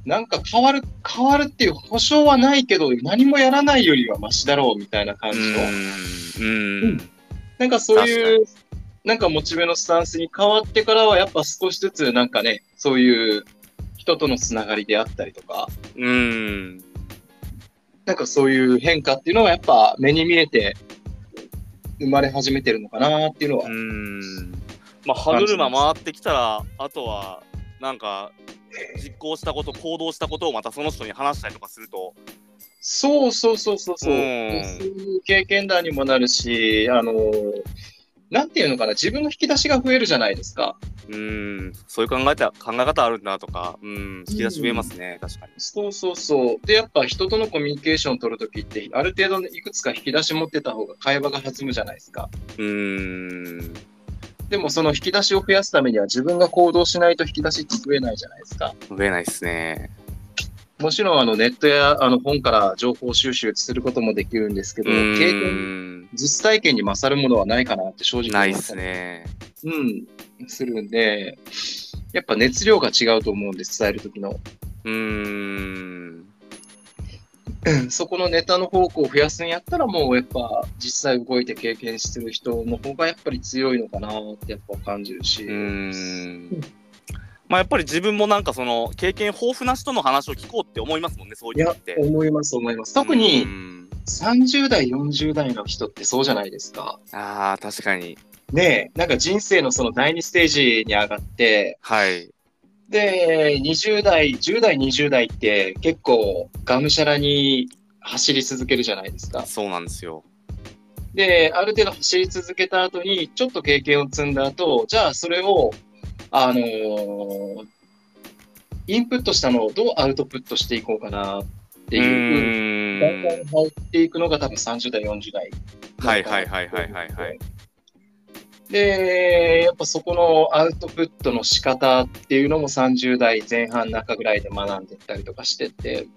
Speaker 2: なんか変わる、変わるっていう保証はないけど、何もやらないよりはマシだろう、みたいな感じの、
Speaker 1: うんうん
Speaker 2: なんかそういう、なんかモチベのスタンスに変わってからは、やっぱ少しずつ、なんかね、そういう、人とのつながりであったりとか、
Speaker 1: うん。
Speaker 2: なんかそういう変化っていうのはやっぱ目に見えて生まれ始めてるのかなっていうのは
Speaker 1: う、ん。まあ、歯車回ってきたら、あとは、なんか、実行したこと、行動したことをまたその人に話したりとかすると、
Speaker 2: そうそうそうそうそう、
Speaker 1: うん
Speaker 2: そういう経験談にもなるし、あのなんていうのかな、自分の引き出しが増えるじゃないですか。
Speaker 1: うん、そういう考えた考え方あるんだとか、うん、引き出し増えますね、確かに。
Speaker 2: そうそうそう。で、やっぱ人とのコミュニケーションを取るときって、ある程度のいくつか引き出し持ってた方が会話が弾むじゃないですか。
Speaker 1: うん。
Speaker 2: でもその引き出しを増やすためには自分が行動しないと引き出しって増えないじゃないですか。
Speaker 1: 増えないですね。
Speaker 2: もちろんあのネットやあの本から情報収集することもできるんですけど、
Speaker 1: う
Speaker 2: 経験、
Speaker 1: ん。
Speaker 2: 実体験に勝るものはないかなって正直
Speaker 1: ない
Speaker 2: っ
Speaker 1: で
Speaker 2: た
Speaker 1: すね。
Speaker 2: うん、するんで、やっぱ熱量が違うと思うんです、伝える時の。
Speaker 1: うん。
Speaker 2: そこのネタの方向を増やすんやったら、もうやっぱ実際動いて経験してる人の方がやっぱり強いのかなってやっぱ感じるし。
Speaker 1: うん。まあ、やっぱり自分もなんかその経験豊富な人の話を聞こうって思いますもんね、そう
Speaker 2: い
Speaker 1: いうの
Speaker 2: や
Speaker 1: って、。
Speaker 2: 思います、思います。特に
Speaker 1: うん
Speaker 2: 30代、40代の人ってそうじゃないですか。
Speaker 1: ああ、確かに。
Speaker 2: ねえ、なんか人生のその第二ステージに上がって、
Speaker 1: はい。
Speaker 2: で、20代、10代、20代って結構がむしゃらに走り続けるじゃないですか。
Speaker 1: そうなんですよ。
Speaker 2: で、ある程度走り続けた後に、ちょっと経験を積んだ後、じゃあそれを、あのーインプットしたのをどうアウトプットしていこうかなって
Speaker 1: う
Speaker 2: いう、
Speaker 1: ん
Speaker 2: 段階に入っていくのが多分30代、40代。
Speaker 1: はいはいはいはいはいはい。
Speaker 2: で、やっぱそこのアウトプットの仕方っていうのも30代前半中ぐらいで学んでったりとかしてって、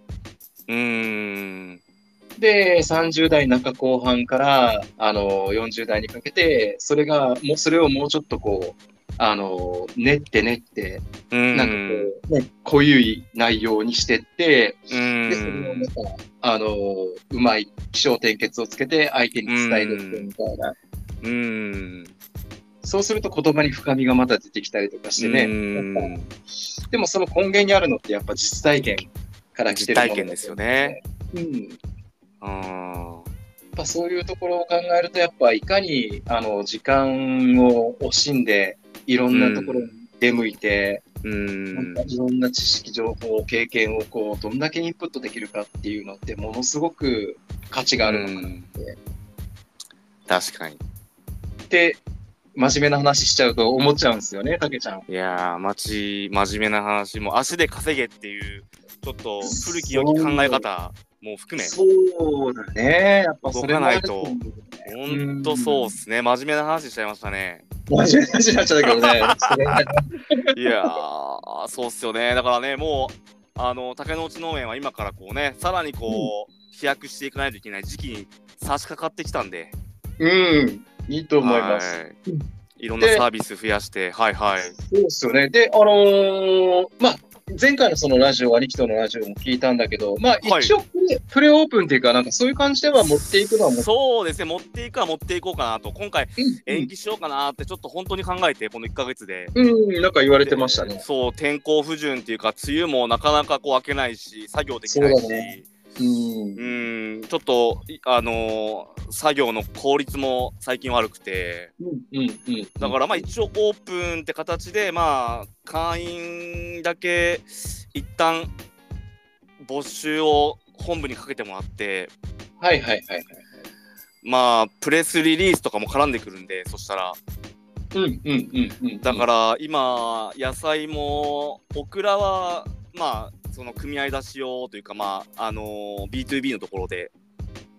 Speaker 1: うん。
Speaker 2: で、30代中後半から、あの、40代にかけて、それが、もう、それをもうちょっとこう、あの、練って練って、
Speaker 1: うん。
Speaker 2: なんかこう、ね、濃ゆい内容にしてって、
Speaker 1: う
Speaker 2: で、それを
Speaker 1: ん
Speaker 2: ま。た、あの、うまい気象転結をつけて相手に伝えるってみたいな。
Speaker 1: うん。
Speaker 2: そうすると言葉に深みがまた出てきたりとかしてね。
Speaker 1: うん
Speaker 2: やっぱでもその根源にあるのってやっぱ実体験から来てるものだと思
Speaker 1: 実体験
Speaker 2: うん。
Speaker 1: ですよね
Speaker 2: うん。
Speaker 1: うん。
Speaker 2: やっぱそういうところを考えると、やっぱいかにあの時間を惜しんで、いろんなところに出向いて、
Speaker 1: うん
Speaker 2: なんかいろんな知識、情報、経験をこうどんだけインプットできるかっていうのって、ものすごく価値があるのかなって。
Speaker 1: 確かに。
Speaker 2: で、真面目な話しちゃうと思っちゃうんですよね、たけちゃん。
Speaker 1: いやー、まち、真面目な話も、足で稼げっていう、ちょっと古き良き考え方も含め、
Speaker 2: そうだね、やっぱそれもある
Speaker 1: 動かない
Speaker 2: 思う
Speaker 1: ほんとそうっすね。真面目な話しちゃいましたね。
Speaker 2: 真面目な話になっちゃったけ どね。それ
Speaker 1: いやー、そうっすよね。だからね、もう、あの、竹の内農園は今からこうね、さらにこう、飛躍していかないといけない時期に差し掛かってきたんで、
Speaker 2: うん、いいと思います。
Speaker 1: はい。いろんな
Speaker 2: で
Speaker 1: サービス増やして、はいはい。
Speaker 2: そうですよね。で、あのーまあ、前回のそのラジオ、兄貴とのラジオも聞いたんだけど、まあ、
Speaker 1: はい
Speaker 2: 一応プレ、プレオープンっていうか、なんかそういう感じでは持っていくのは持って
Speaker 1: そうですね、持っていくは持っていこうかなと、今回延期しようかなって、ちょっと本当に考えて、この1ヶ月で。
Speaker 2: うん、うん、なんか言われてましたね。
Speaker 1: そう、天候不順っていうか、梅雨もなかなかこう開けないし、作業できない
Speaker 2: そ
Speaker 1: し、
Speaker 2: うだねうん
Speaker 1: う。ーん、ちょっと、いあのー作業の効率も最近悪くて、
Speaker 2: うん、うん、うん。
Speaker 1: だからまあ一応オープンって形で、まあ、会員だけ一旦募集を本部にかけてもらって、
Speaker 2: はいはいはいはい。
Speaker 1: まあ、プレスリリースとかも絡んでくるんで、そしたら。
Speaker 2: うん、うん、うん、うん。
Speaker 1: だから今野菜もオクラはまあその組合出し用というかまああの B2B のところで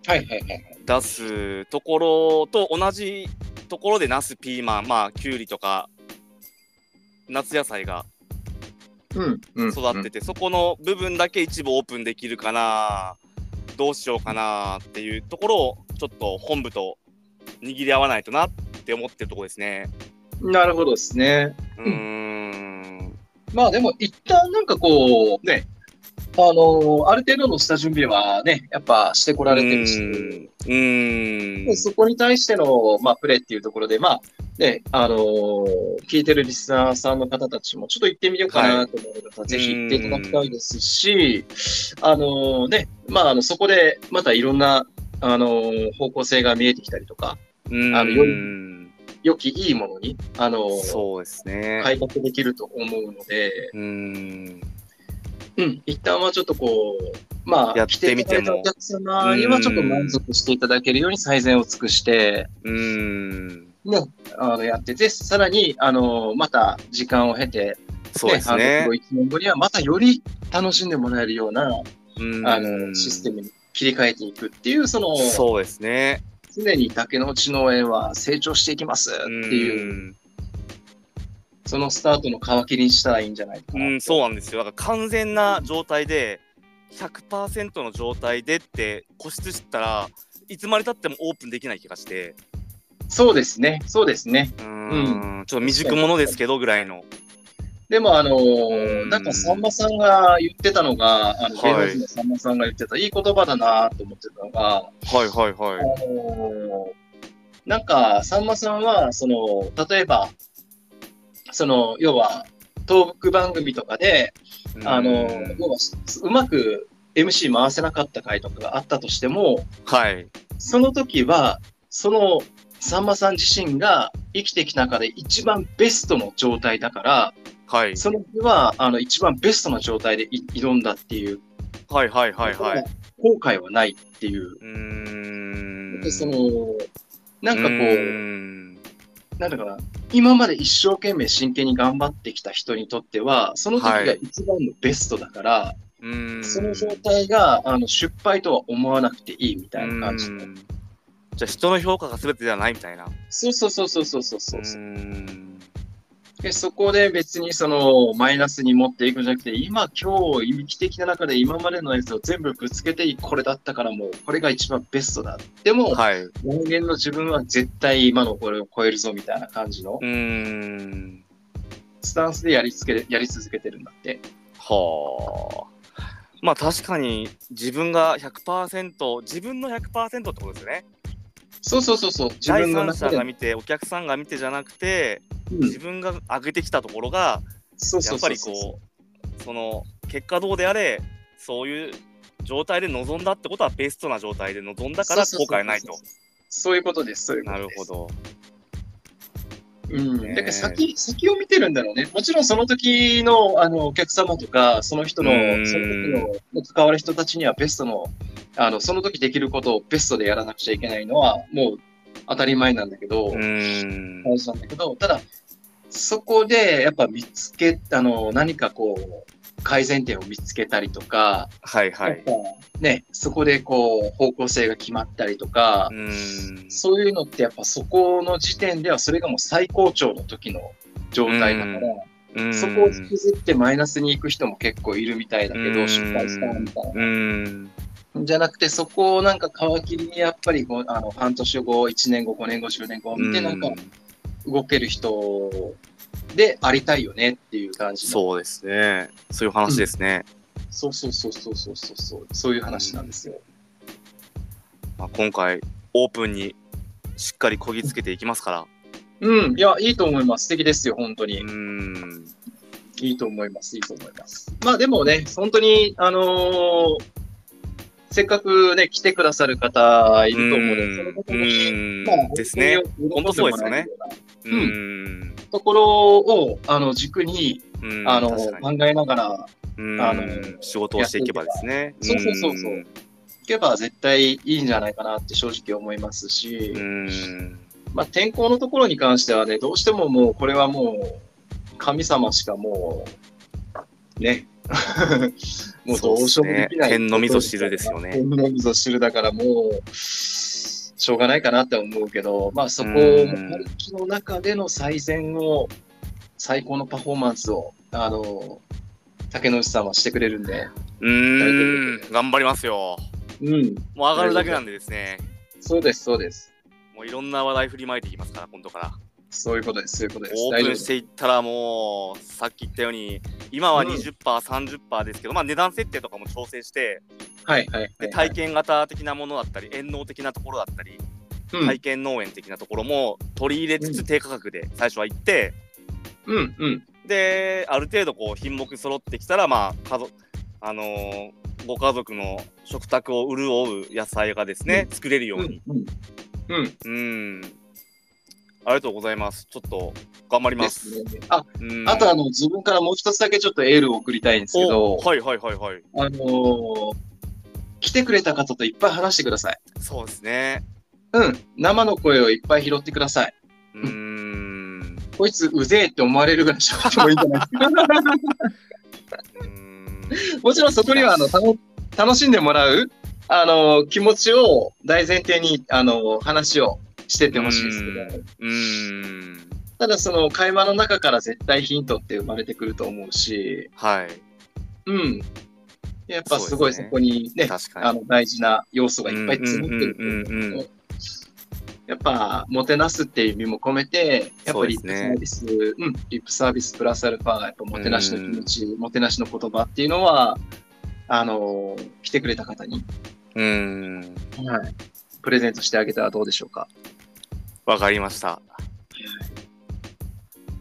Speaker 2: ら、はいはいはいはい。
Speaker 1: 出すところと同じところでナスピーマンまあきゅうりとか夏野菜が
Speaker 2: うん、うん。
Speaker 1: 育ってて、そこの部分だけ一部オープンできるかなどうしようかなっていうところをちょっと本部と握り合わないとなって思ってるところですね。
Speaker 2: なるほどですね。
Speaker 1: うーん
Speaker 2: まあでも、一旦なんかこう、ね、あのある程度の下準備はね、やっぱしてこられてるし、
Speaker 1: うんうん
Speaker 2: でそこに対しての、まあ、プレーっていうところで、まあねあのー聞いてるリスナーさんの方たちも、ちょっと行ってみようかなと思う方、ぜひ行っていただきたいですし、あのーねまあ、あのそこでまたいろんな、あのー方向性が見えてきたりとか、
Speaker 1: うん
Speaker 2: あのより良きいいものに、あのー
Speaker 1: そうですね。
Speaker 2: 改革できると思うので、
Speaker 1: うん
Speaker 2: うん、一旦はちょっとこう、まあ、
Speaker 1: やってみても
Speaker 2: 来いただいたお客様にはちょっと満足していただけるように最善を尽くして、
Speaker 1: うん
Speaker 2: ね、あのやってて、さらに、あのまた時間を経て、
Speaker 1: そうです
Speaker 2: あ
Speaker 1: ね
Speaker 2: の。1年後にはまたより楽しんでもらえるような、
Speaker 1: うん
Speaker 2: あのシステムに切り替えていくっていう、その、
Speaker 1: そうですね。
Speaker 2: 常に竹の内農園は成長していきますって
Speaker 1: うん
Speaker 2: いう、そのスタートの皮切りにしたらいいんじゃないかな。
Speaker 1: うん、そうなんですよ。だから完全な状態で100%の状態でって固執したらいつまでたってもオープンできない気がして、
Speaker 2: そうですね、そうですね。
Speaker 1: うんちょっと未熟者ですけどぐらいの。
Speaker 2: でも、あの
Speaker 1: ん
Speaker 2: なんかさんまさんが言ってたのが、あの
Speaker 1: はい
Speaker 2: 芸能人のさんまさんが言ってた、いい言葉だなと思ってたのが、
Speaker 1: はいはいは
Speaker 2: あ
Speaker 1: い。
Speaker 2: のなんか、さんまさんは、その、例えば、その、要は、トーク番組とかで、あの
Speaker 1: うん、
Speaker 2: 要は、うまく MC 回せなかった回とかがあったとしても、
Speaker 1: はい。
Speaker 2: その時は、その、さんまさん自身が生きてきた中で一番ベストの状態だから、
Speaker 1: はい。
Speaker 2: その日は、あの、一番ベストな状態でい挑んだっていう、
Speaker 1: はいはいはいはい。
Speaker 2: 後悔はないっていう、
Speaker 1: うーん。
Speaker 2: その、なんかこう、
Speaker 1: ん
Speaker 2: なんだかな、今まで一生懸命真剣に頑張ってきた人にとっては、その時
Speaker 1: は
Speaker 2: が
Speaker 1: い
Speaker 2: 一番のベストだから、
Speaker 1: うん
Speaker 2: その状態があの失敗とは思わなくていいみたいな感じ
Speaker 1: う
Speaker 2: で。
Speaker 1: んじゃあ人の評価が全てではないみたいな。
Speaker 2: そうそうそうそうそうそうそう、
Speaker 1: うん
Speaker 2: で。そこで別にそのマイナスに持っていくんじゃなくて、今今日生きてきた中で今までのやつを全部ぶつけて、これだったからもうこれが一番ベストだ。でも、
Speaker 1: はい。う
Speaker 2: 人間の自分は絶対今のこれを超えるぞみたいな感じの
Speaker 1: ーん。
Speaker 2: スタンスでやりつけやり続けてるんだって。
Speaker 1: はあ。まあ確かに自分が100%自分の100%ってことですよね。
Speaker 2: そうそうそうそう。自
Speaker 1: 第
Speaker 2: 分の
Speaker 1: 三
Speaker 2: 中
Speaker 1: 者
Speaker 2: で
Speaker 1: が見てお客さんが見てじゃなくて
Speaker 2: うん
Speaker 1: 自分が上げてきたところが
Speaker 2: そう
Speaker 1: や
Speaker 2: そう
Speaker 1: っぱ
Speaker 2: そう
Speaker 1: り
Speaker 2: そう
Speaker 1: こうその結果どうであれそういう状態で臨んだってことはベストな状態で臨んだから後悔ないと。
Speaker 2: そういうことです。そういうこ
Speaker 1: な
Speaker 2: と
Speaker 1: る
Speaker 2: です。
Speaker 1: ほど。
Speaker 2: うん。
Speaker 1: ねえ
Speaker 2: だから先、先を見てるんだろうね。もちろんその時の、あの、お客様とか、その人の
Speaker 1: うー、ん
Speaker 2: その時の関わる人たちにはベストの、あの、その時できることをベストでやらなくちゃいけないのは、もう当たり前なんだけど、
Speaker 1: うーん。
Speaker 2: 大事なんだけど、ただ、そこでやっぱ見つけ、あの、何かこう、改善点を見つけたりとか、
Speaker 1: はいはい。
Speaker 2: やっぱね、そこでこう、方向性が決まったりとか、
Speaker 1: うーん。
Speaker 2: そういうのってやっぱそこの時点ではそれがもう最高潮の時の状態だから、
Speaker 1: うーん
Speaker 2: そこを引きずってマイナスに行く人も結構いるみたいだけ
Speaker 1: う
Speaker 2: ど、
Speaker 1: ん
Speaker 2: 失敗したみたいうな。
Speaker 1: ーん。
Speaker 2: じゃなくてそこをなんか皮切りにやっぱりこうあの半年後、1年後、5年後、10年後を見てなんか
Speaker 1: うん
Speaker 2: 動ける人でありたいよねっていう感じの。
Speaker 1: そうですね。そういう話ですね。
Speaker 2: そうそうそうそうそうそうそう、そういう話なんですよ。
Speaker 1: まあ、今回、オープンにしっかりこぎつけていきますから。
Speaker 2: うん、いや、いいと思います。素敵ですよ、本当に。
Speaker 1: うーん。
Speaker 2: いいと思います、いいと思います。まあでもね、本当に、あのーせっかくね、来てくださる方いると思うの
Speaker 1: うん
Speaker 2: で、その方に、
Speaker 1: うん
Speaker 2: まあ
Speaker 1: ですね。。
Speaker 2: 本当に喜んもらえるような
Speaker 1: うーん。
Speaker 2: ところを、あの、軸に、
Speaker 1: うん
Speaker 2: あの、
Speaker 1: 確
Speaker 2: 考
Speaker 1: かに
Speaker 2: えながら
Speaker 1: うん
Speaker 2: あの
Speaker 1: 仕事をしていけばですね。
Speaker 2: やっていけばそうそうそうそういけば絶対いいんじゃないかなって正直思いますし、
Speaker 1: うん。うん
Speaker 2: まあ天候のところに関してはね、どうしてももう、これはもう、神様しかも う、ね、もうどうしようもできな
Speaker 1: そうですね
Speaker 2: い。
Speaker 1: 天の味噌汁ですよね
Speaker 2: 天の味噌汁だからもう、しょうがないかなって思うけど、まあそこを、
Speaker 1: うん
Speaker 2: 本気の中での最善を、最高のパフォーマンスを、あの、竹野内さんはしてくれるんで、
Speaker 1: うーん。頑張りますよ。
Speaker 2: うん、
Speaker 1: もう上がるだけなんでですね。
Speaker 2: そうです、そうです。
Speaker 1: もういろんな話題振りまいていきますから、今度から。
Speaker 2: そういうことです、そういうことです。
Speaker 1: オ
Speaker 2: 大
Speaker 1: ープ
Speaker 2: 丈夫
Speaker 1: ン
Speaker 2: で
Speaker 1: し
Speaker 2: す。
Speaker 1: ていったらもうさっき言ったように今は
Speaker 2: うん
Speaker 1: 20%、30%ですけど、まあ、値段設定とかも調整して
Speaker 2: はいはいはい、は
Speaker 1: で
Speaker 2: い。
Speaker 1: 体験型的なものだったり遠農的なところだったり、
Speaker 2: うん
Speaker 1: 体験農園的なところも取り入れつ
Speaker 2: う
Speaker 1: つ低価格で最初は行って、
Speaker 2: うんうん。
Speaker 1: である程度こう品目揃ってきたらまあ家族あのーご家族の食卓を潤う野菜がですね、作れるよ
Speaker 2: う
Speaker 1: うに
Speaker 2: んうん。うん。
Speaker 1: うんありがとうございますちょっと頑張り
Speaker 2: で
Speaker 1: ます
Speaker 2: すね。あ、
Speaker 1: うん
Speaker 2: あとあの、自分からもう一つだけちょっとエールを送りたいんですけど、
Speaker 1: おはいはいはいはい
Speaker 2: あのー来てくれた方といっぱい話してください。
Speaker 1: そうですね
Speaker 2: うん。生の声をいっぱい拾ってください。
Speaker 1: うーん
Speaker 2: こいつうぜえって思われるぐらい喋ってもいいんじゃないですか。
Speaker 1: うーん
Speaker 2: もちろんそこにはあの楽楽しんでもらうあの気持ちを大前提にあの話をしてってほしいですけど、
Speaker 1: う ーん
Speaker 2: ただその会話の中から絶対ヒントって生まれてくると思うし、
Speaker 1: はい
Speaker 2: うん、やっぱすごい
Speaker 1: そうです
Speaker 2: そ
Speaker 1: ね
Speaker 2: こにね
Speaker 1: 確か
Speaker 2: あ
Speaker 1: に
Speaker 2: の大事な要素がいっぱい詰まってると
Speaker 1: うんうんうんうんう
Speaker 2: 思うんとやっぱもてなすっていう意味も込めてやっぱリップサービスう、ん、リップサービスプラスアルファがやっぱもてなしの気持ち、もてなしの言葉っていうのはあの来てくれた方に、
Speaker 1: うーん
Speaker 2: はい、プレゼントしてあげたらどうでしょうか。
Speaker 1: わかりました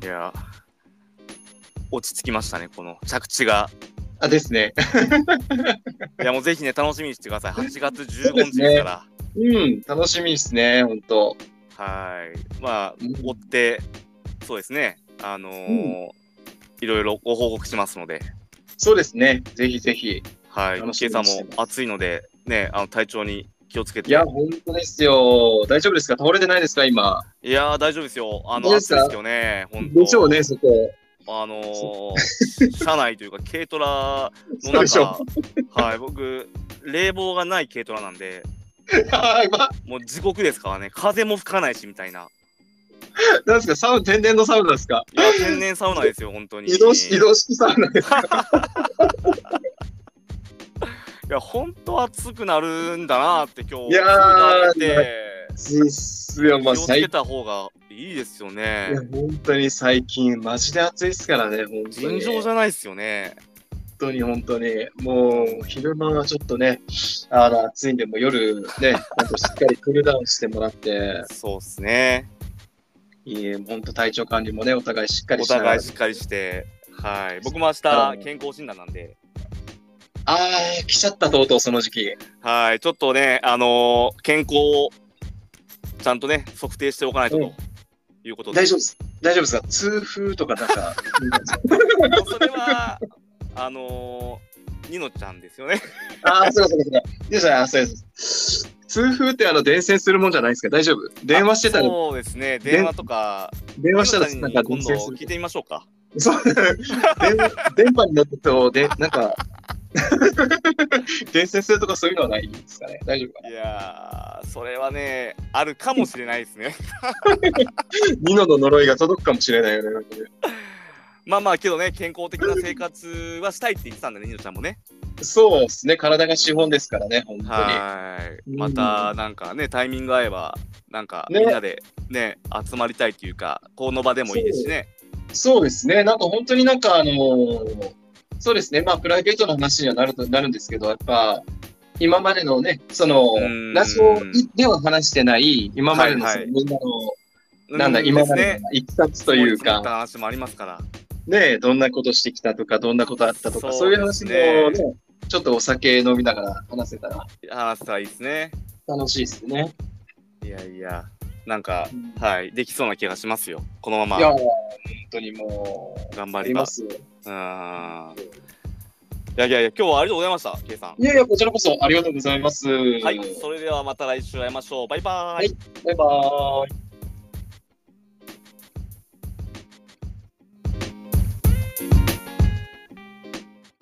Speaker 1: いや落ち着きましたねこの着地が
Speaker 2: あですね。
Speaker 1: いやもうぜひね楽しみにしてください8月15日ですから
Speaker 2: うん楽しみですね本当。
Speaker 1: はいまあ
Speaker 2: うん
Speaker 1: 追ってそうですねあのーいろいろご報告しますので
Speaker 2: そうですねぜひぜひ。
Speaker 1: はい今
Speaker 2: 楽しみに
Speaker 1: 朝
Speaker 2: して
Speaker 1: も
Speaker 2: ます
Speaker 1: 暑いのでねあの体調に気をつけて
Speaker 2: いや本当ですよ大丈夫ですか倒れてないですか今。
Speaker 1: いやー大丈夫ですよあ
Speaker 2: どう
Speaker 1: の
Speaker 2: で
Speaker 1: 暑
Speaker 2: す
Speaker 1: いで
Speaker 2: か
Speaker 1: すけどね本当
Speaker 2: でしょうねそこ。
Speaker 1: あの ー、車内というか軽トラの
Speaker 2: そうでしょ
Speaker 1: 中、はい、僕、冷房がない軽トラなんで、
Speaker 2: あーまあ
Speaker 1: もう地獄ですからね、風も吹かないしみたいな。
Speaker 2: なんですかサウナ天然のサウナですか
Speaker 1: いや、天然サウナですよ、本当に。
Speaker 2: 移動し移動式サウナですか
Speaker 1: いや、本当暑くなるんだなって今日、
Speaker 2: いやー
Speaker 1: 痛感して
Speaker 2: っすよまあ
Speaker 1: 気をつけ
Speaker 2: 最
Speaker 1: た方がいいですよね
Speaker 2: いや。本当に最近マジで暑いですからね本当
Speaker 1: 尋
Speaker 2: に
Speaker 1: 常じ
Speaker 2: 本
Speaker 1: ゃないですよね。
Speaker 2: 当に本当にもう昼間はちょっとねあの暑いんでもう夜ねあとしっかりクールダウンしてもらって
Speaker 1: そうっすね。
Speaker 2: いえ本当体調管理もねお互いしっかり
Speaker 1: お
Speaker 2: しなが
Speaker 1: 互
Speaker 2: ら
Speaker 1: いしっかりして、はい。僕も明日、健康診断なんで。
Speaker 2: ああ来ちゃったとうとうその時期
Speaker 1: はい、ちょっとね、あのー健康をちゃんとね、測定しておかないと
Speaker 2: う
Speaker 1: と
Speaker 2: ん
Speaker 1: いうことで、
Speaker 2: 大丈夫です大丈夫ですか痛風とかなんか
Speaker 1: もうそれは、あのー、ニノちゃんですよね。
Speaker 2: ああそうかそうかそうかよいしょあそうです痛風ってあの伝染するもんじゃないですか大丈夫電話してたら
Speaker 1: そうですね、電話とか、
Speaker 2: 電話したら
Speaker 1: ニノ
Speaker 2: なん
Speaker 1: ちゃ
Speaker 2: か
Speaker 1: んに今
Speaker 2: 伝
Speaker 1: 度
Speaker 2: 染する
Speaker 1: 聞いてみましょうか。
Speaker 2: そう、 電電波に乗ってと、で、なん か、伝染するとかそういうのはないんですかね。大丈夫か
Speaker 1: いやー、それはね、あるかもしれないですね。
Speaker 2: な。ニノの呪いが届くかもしれないよね。なんかね
Speaker 1: まあまあ、けどね、健康的な生活はしたいって言ってたんだね、ニノちゃんもね。
Speaker 2: そうですね。体が資本ですからね、本当に。
Speaker 1: はい。
Speaker 2: うん
Speaker 1: また、なんかね、タイミング合えば、なんか、
Speaker 2: ね
Speaker 1: みんなでね、集まりたいというか、この場でもいいですしね。
Speaker 2: そうですね。なんか本当になんかあのーそうですね。まあプライベートの話にはなるとなるんですけど、やっぱ、今までのね、その
Speaker 1: うん、
Speaker 2: ラジオでは話してない、今までの
Speaker 1: はい
Speaker 2: そ
Speaker 1: は
Speaker 2: の
Speaker 1: い
Speaker 2: みんなの、なんだ、
Speaker 1: う
Speaker 2: 今
Speaker 1: で
Speaker 2: ま
Speaker 1: す
Speaker 2: で
Speaker 1: ね
Speaker 2: のいきさつとい
Speaker 1: そ
Speaker 2: う
Speaker 1: う積も
Speaker 2: か
Speaker 1: った、話もありますから。
Speaker 2: ねえ、どんなことしてきたとか、どんなことあったとか、そ
Speaker 1: そうう
Speaker 2: い
Speaker 1: で
Speaker 2: う話
Speaker 1: す
Speaker 2: も
Speaker 1: ね
Speaker 2: ね、ちょっとお酒飲みながら話せたら
Speaker 1: 話したらいいですね。
Speaker 2: 楽しいですね。
Speaker 1: いやいや、なんか、
Speaker 2: うん
Speaker 1: はい、できそうな気がしますよ。このま
Speaker 2: いや、
Speaker 1: ま
Speaker 2: 本当にもう、
Speaker 1: 頑張
Speaker 2: あ
Speaker 1: り
Speaker 2: り
Speaker 1: ま。
Speaker 2: ますすよ。
Speaker 1: うーん。いやいやいや、今日はありがとうございました、K さん。
Speaker 2: いやいや、こちらこそありがとうございます。
Speaker 1: はい、それではまた来週会いましょう。バイバーイ。
Speaker 2: はいバイバーイ。